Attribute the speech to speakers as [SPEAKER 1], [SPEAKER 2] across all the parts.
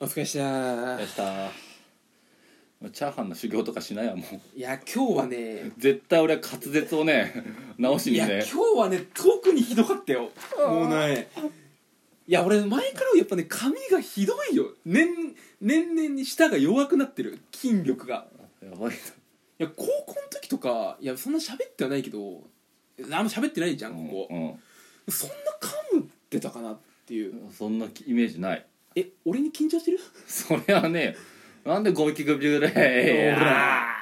[SPEAKER 1] お疲れっした
[SPEAKER 2] やしたもうチャーハンの修行とかしないわもう
[SPEAKER 1] いや今日はね
[SPEAKER 2] 絶対俺は滑舌をね 直し
[SPEAKER 1] い
[SPEAKER 2] に
[SPEAKER 1] や今
[SPEAKER 2] ね
[SPEAKER 1] 日はね特にひどかったよもうねいや俺前からやっぱね髪がひどいよ年年々に舌が弱くなってる筋力が
[SPEAKER 2] やば
[SPEAKER 1] い
[SPEAKER 2] い
[SPEAKER 1] や高校の時とかいやそんな喋ってはないけどあんま喋ってないじゃん
[SPEAKER 2] な
[SPEAKER 1] ここ、
[SPEAKER 2] うん
[SPEAKER 1] そんな噛んでたかなっていう
[SPEAKER 2] うん、そんなイメージない
[SPEAKER 1] え俺に緊張してる
[SPEAKER 2] それはねなんでゴミキグビ ューレ
[SPEAKER 1] ほら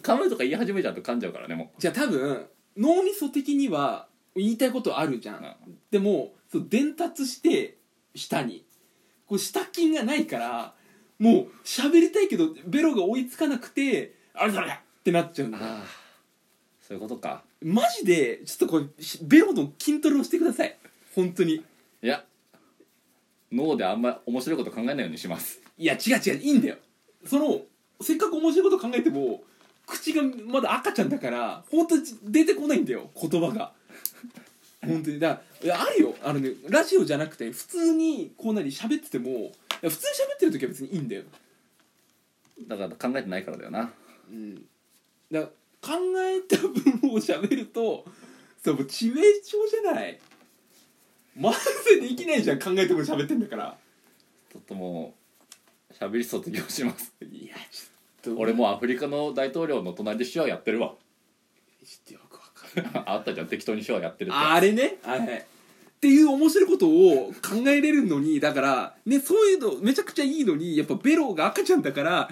[SPEAKER 2] 噛むとか言い始めちゃうと噛んじゃうからねも
[SPEAKER 1] じゃあ多分脳みそ的には言いたいことあるじゃん、
[SPEAKER 2] う
[SPEAKER 1] でもそう伝達して下にこう下筋がないからもう喋りたいけどベロが追いつかなくてあれだれってなっちゃうんだ
[SPEAKER 2] うああそういうことか
[SPEAKER 1] マジでちょっとこれしベロの筋トレをしてください本当に
[SPEAKER 2] いや脳であんま面白いこと考えないようにします
[SPEAKER 1] いや違う違ういいんだよそのせっかく面白いこと考えても口がまだ赤ちゃんだから本当に出てこないんだよ言葉が本当にだからいやあるよあのねラジオじゃなくて普通にこうなり喋っててもいや普通に喋ってる時は別にいいんだよ、
[SPEAKER 2] だから考えてないからだよな
[SPEAKER 1] うん、だから考えた分を喋るとそうもう致命傷じゃない慢性できないじゃん考えても喋ってんだから
[SPEAKER 2] ちょっともう喋り卒業します
[SPEAKER 1] いやちょっと
[SPEAKER 2] 俺もうアフリカの大統領の隣で手話やってるわ
[SPEAKER 1] ちょっとよくわかんない
[SPEAKER 2] あったじゃん適当に手話やってるって
[SPEAKER 1] あれねはいっていう面白いことを考えれるのにだから、ね、そういうのめちゃくちゃいいのにやっぱベロが赤ちゃんだから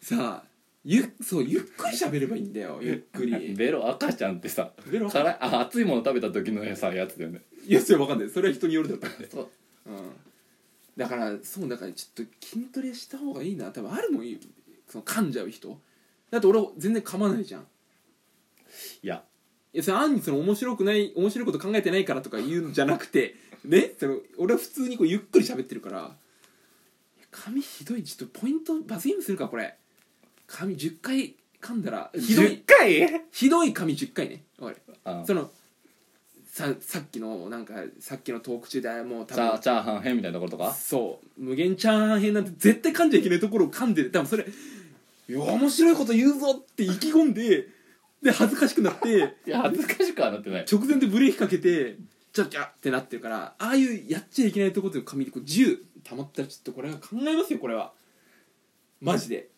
[SPEAKER 1] さあゆっそうゆっくり喋ればいいんだよゆっく り
[SPEAKER 2] ベロ赤ちゃんってさ
[SPEAKER 1] ベロ赤
[SPEAKER 2] 辛い あ熱いもの食べた時のさやつだよね
[SPEAKER 1] いやそれは分かんないそれは人によるだろうね
[SPEAKER 2] そう
[SPEAKER 1] うんだからそうだからちょっと筋トレした方がいいな多分あるもんいいその噛んじゃう人だって俺は全然噛まないじゃん
[SPEAKER 2] いや
[SPEAKER 1] いやそれ案にその面白くない面白いこと考えてないからとか言うんじゃなくて ねその俺は普通にこうゆっくり喋ってるからいや髪ひどいちょっとポイント罰ゲームするかこれ髪10回噛んだらひどい
[SPEAKER 2] 10回
[SPEAKER 1] ひどい髪10回ねおい
[SPEAKER 2] あ
[SPEAKER 1] そのささっきのなんかさっきのトーク中でもう多
[SPEAKER 2] チャ
[SPEAKER 1] 分
[SPEAKER 2] チャーハン編みたいなところとか
[SPEAKER 1] そう無限チャーハン編なんて絶対噛んじゃいけないところを噛んでて多分それいや面白いこと言うぞって意気込んでで恥ずかしくなって
[SPEAKER 2] いや恥ずかしくはなってない
[SPEAKER 1] 直前でブレーキかけてちゃちゃってなってるからああいうやっちゃいけないところで紙でこう10溜まったらちょっとこれは考えますよこれはマジで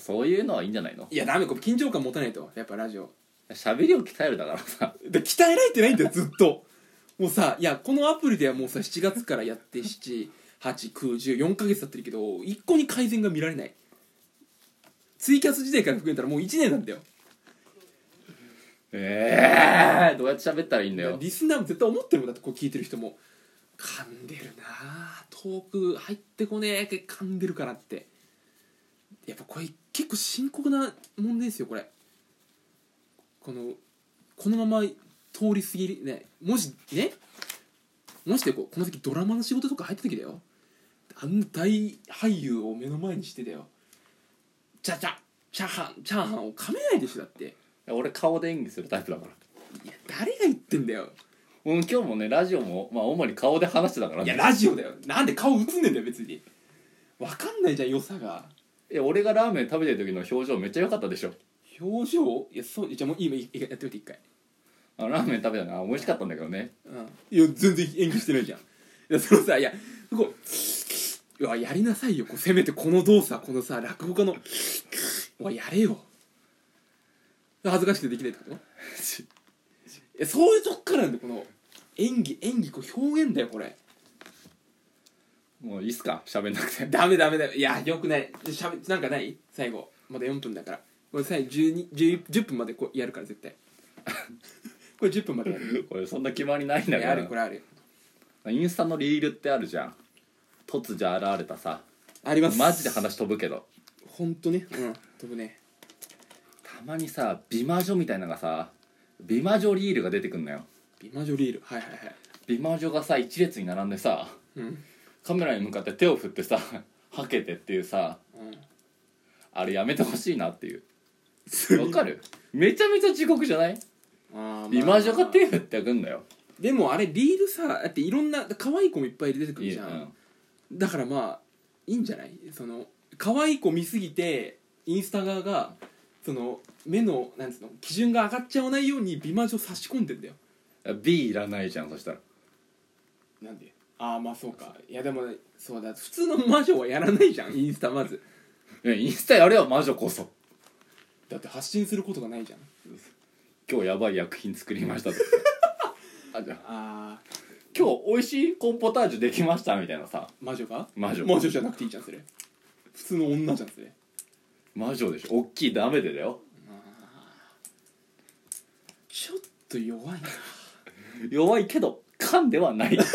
[SPEAKER 2] そういうのはいいんじゃないの
[SPEAKER 1] いやダメこれ緊張感持たないとやっぱラジオ
[SPEAKER 2] 喋りを鍛えるだからさ
[SPEAKER 1] で鍛えられてないんだよずっともうさいやこのアプリではもうさ7月からやって78914ヶ月経ってるけど一個に改善が見られないツイキャス時代から含めたらもう1年なんだよ
[SPEAKER 2] ええどうやって喋ったらいいんだよ
[SPEAKER 1] リスナーも絶対思ってるもんだってこう聞いてる人も噛んでるなあトーク入ってこねえけど噛んでるからってやっぱこれ結構深刻な問題ですよこれこのこのまま通り過ぎるねもしねもしでこうこの時ドラマの仕事とか入った時だよあんな大俳優を目の前にしてだよチャチャチャーハンチャーハンを噛めないでしょだってい
[SPEAKER 2] 俺顔で演技するタイプだから
[SPEAKER 1] や誰が言ってんだよ
[SPEAKER 2] うん今日もねラジオも、まあ、主に顔で話してたから
[SPEAKER 1] い
[SPEAKER 2] ね
[SPEAKER 1] やラジオだよなんで顔映んねんだよ別にわかんないじゃん良さが
[SPEAKER 2] いや俺がラーメン食べてる時の表情めっちゃ良かったでしょ
[SPEAKER 1] 表情いやそうじゃあもう今いいやってみて一回
[SPEAKER 2] あラーメン食べたな美味しかったんだけどね
[SPEAKER 1] うんいや全然演技してないじゃんい やそのさいやこううわやりなさいよこうせめてこの動作このさ落語家のうわやれよ恥ずかしくてできないってこといやそういうとこからなんだよこの演技演技こう表現だよこれ
[SPEAKER 2] もういいっすか喋んなく て
[SPEAKER 1] ダメダメダメいやよくないしゃべなんかない最後まだ4分だからこれ最後12 10, 10分までこうやるから絶対 これ10分までや る
[SPEAKER 2] これそんな決まりないん
[SPEAKER 1] い
[SPEAKER 2] だか
[SPEAKER 1] やあ
[SPEAKER 2] ら
[SPEAKER 1] るこれある
[SPEAKER 2] インスタのリールってあるじゃん突如現れたさ
[SPEAKER 1] あります
[SPEAKER 2] マジで話飛ぶけど
[SPEAKER 1] ほんとねうん飛ぶね
[SPEAKER 2] たまにさ美魔女みたいなのがさ美魔女リールが出てくんのよ
[SPEAKER 1] 美魔女リールはいはいはい
[SPEAKER 2] 美魔女がさ一列に並んでさ
[SPEAKER 1] うん、
[SPEAKER 2] カメラに向かって手を振ってさ はけてっていうさ
[SPEAKER 1] うん、
[SPEAKER 2] あれやめてほしいなって いう
[SPEAKER 1] そ
[SPEAKER 2] わかるめちゃめちゃ地獄じゃない
[SPEAKER 1] あー、まあ
[SPEAKER 2] 美魔女が手振ってくんだよ
[SPEAKER 1] でもあれリールさだっていろんな可愛い子もいっぱい出てくるじゃん、
[SPEAKER 2] うん
[SPEAKER 1] だからまあいいんじゃないその可愛い子見すぎてインスタ側がその目のなんつうの基準が上がっちゃわないように美魔女差し込んでんだよ
[SPEAKER 2] B いらないじゃんそしたら
[SPEAKER 1] なんでああまあそうかいやでもそうだ普通の魔女はやらないじゃんインスタまず
[SPEAKER 2] いやインスタやれよ魔女こそ
[SPEAKER 1] だって発信することがないじゃん
[SPEAKER 2] 今日やばい薬品作り ましたとあじゃあ
[SPEAKER 1] ああ
[SPEAKER 2] 今日美味しいコーンポタージュできましたみたいなさ
[SPEAKER 1] 魔女が
[SPEAKER 2] 魔女
[SPEAKER 1] 魔女じゃなくていいじゃんそれ普通の女じゃんそれ
[SPEAKER 2] 魔女でしょ大きいダメでだよ
[SPEAKER 1] ちょっと弱いな
[SPEAKER 2] 弱いけど噛んでは ない
[SPEAKER 1] ちょっと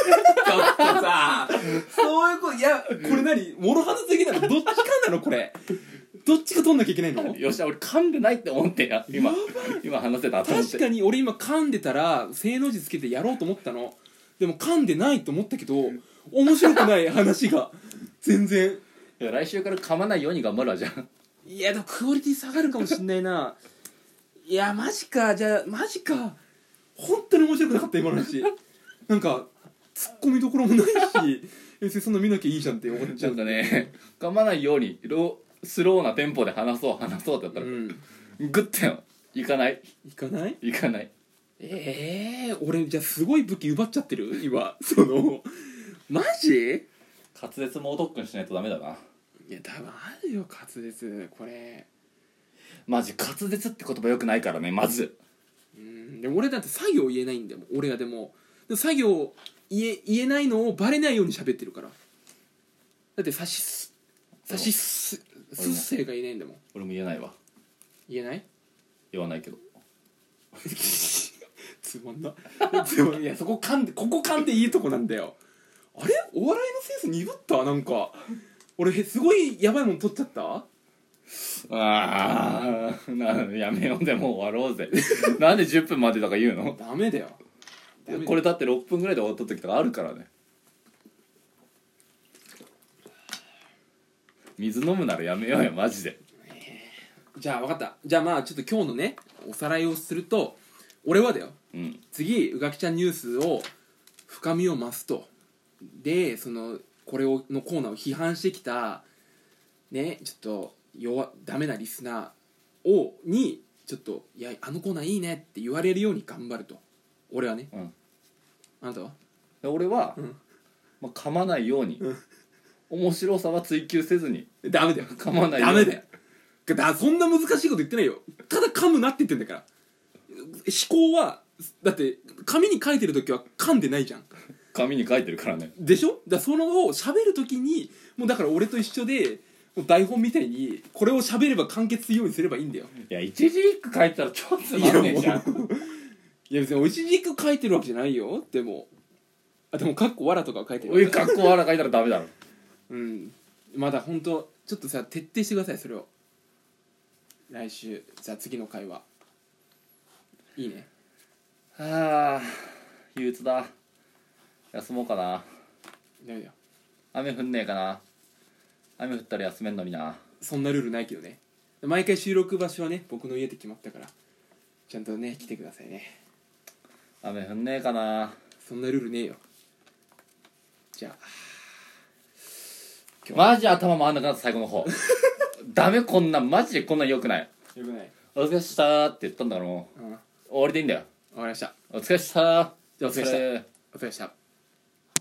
[SPEAKER 1] さそういうこといやこれ何諸刃の次なのどっちかなのこれどっちか取んなきゃいけないの
[SPEAKER 2] よっしゃ俺噛んでないって思ってや今今話せたと思って
[SPEAKER 1] 確かに俺今噛んでたら正の字つけてやろうと思ったのでも噛んでないと思ったけど面白くない話が全然
[SPEAKER 2] いや来週から噛まないように頑張るわじゃん
[SPEAKER 1] いやでもクオリティ下がるかもしんないないやマジかじゃあマジか本当に面白くなかった今の話なんかツッコミどころもないし別にそんな見なきゃいいじゃんって思っち
[SPEAKER 2] ち
[SPEAKER 1] ゃ
[SPEAKER 2] ょ
[SPEAKER 1] う
[SPEAKER 2] っとね噛まないようにロースローなテンポで話そう話そうってやった
[SPEAKER 1] う
[SPEAKER 2] ら、
[SPEAKER 1] ん
[SPEAKER 2] グッてよいかない
[SPEAKER 1] いかない
[SPEAKER 2] いかない
[SPEAKER 1] ええ俺じゃあすごい武器奪っちゃってる今 そのマジ
[SPEAKER 2] 滑舌猛特訓しないとダメだない
[SPEAKER 1] や多分あるよ滑舌これ
[SPEAKER 2] マジ滑舌って言葉よくないからねまず
[SPEAKER 1] うんでも俺だって作業言えないんだよ俺がでもでも作業言え言えないのをバレないように喋ってるからだってさしすさしす
[SPEAKER 2] 俺も
[SPEAKER 1] すっせーが言えないんだもん
[SPEAKER 2] 俺も言えないわ
[SPEAKER 1] 言えない
[SPEAKER 2] 言わないけど
[SPEAKER 1] つまんなつまんないやそこ噛んでここ噛んでいいとこなんだよあれお笑いのセンス鈍ったなんか俺へすごいやばいもん取っちゃった
[SPEAKER 2] ああなやめようでもう終わろうぜ なんで10分までとか言うの
[SPEAKER 1] ダメだよダメだよ
[SPEAKER 2] これだって6分ぐらいで終わった時とかあるからね水飲むならやめようよマジで
[SPEAKER 1] じゃあ分かったじゃあまあちょっと今日のねおさらいをすると俺はだよ
[SPEAKER 2] うん
[SPEAKER 1] 次うがきちゃんニュースを深みを増すとでそのこれをのコーナーを批判してきたねちょっと弱ダメなリスナーをにちょっと「いやあのコーナーいいね」って言われるように頑張ると俺はね
[SPEAKER 2] うん
[SPEAKER 1] あなたは
[SPEAKER 2] で俺は、
[SPEAKER 1] うん
[SPEAKER 2] まあ、噛まないように、
[SPEAKER 1] うん
[SPEAKER 2] 面白さは追求せずに
[SPEAKER 1] ダメだよ
[SPEAKER 2] 噛まないよ
[SPEAKER 1] ダ
[SPEAKER 2] う
[SPEAKER 1] メ
[SPEAKER 2] に
[SPEAKER 1] だよだそんな難しいこと言ってないよただ噛むなって言ってんだから思考はだって紙に書いてる時は噛んでないじゃん
[SPEAKER 2] 紙に書いてるからね
[SPEAKER 1] でしょだからそのを喋る時にもうだから俺と一緒でもう台本みたいにこれを喋れば完結するようにすればいいんだよ
[SPEAKER 2] いや一字一句書いてたら超つまんねえじ
[SPEAKER 1] いや
[SPEAKER 2] ゃん
[SPEAKER 1] いや別においしじく書いてるわけじゃないよでもあでもかっこわらとかは書いて
[SPEAKER 2] お
[SPEAKER 1] る
[SPEAKER 2] いかっこ悪い書いたらダメだろ
[SPEAKER 1] うんまだ本当ちょっとさ徹底してくださいそれを来週じゃあ次の回はいいね
[SPEAKER 2] はあ憂鬱だ休もうかな
[SPEAKER 1] ダメだよ
[SPEAKER 2] 雨降んねえかな雨降ったら休めんのにな
[SPEAKER 1] そんなルールないけどね毎回収録場所はね僕の家で決まったからちゃんとね来てくださいね
[SPEAKER 2] 雨降んねえかな
[SPEAKER 1] そんなルールねえよじゃあ
[SPEAKER 2] マジ頭回んなくなった最後の方 ダメこんなんマジでこんなん良くない
[SPEAKER 1] よくない
[SPEAKER 2] お疲れっしたーって言ったんだからも
[SPEAKER 1] うんわか
[SPEAKER 2] う終わりでいいんだよ
[SPEAKER 1] りました
[SPEAKER 2] お疲れっしたー
[SPEAKER 1] じゃあお疲れっした
[SPEAKER 2] れ
[SPEAKER 1] お疲れ様でした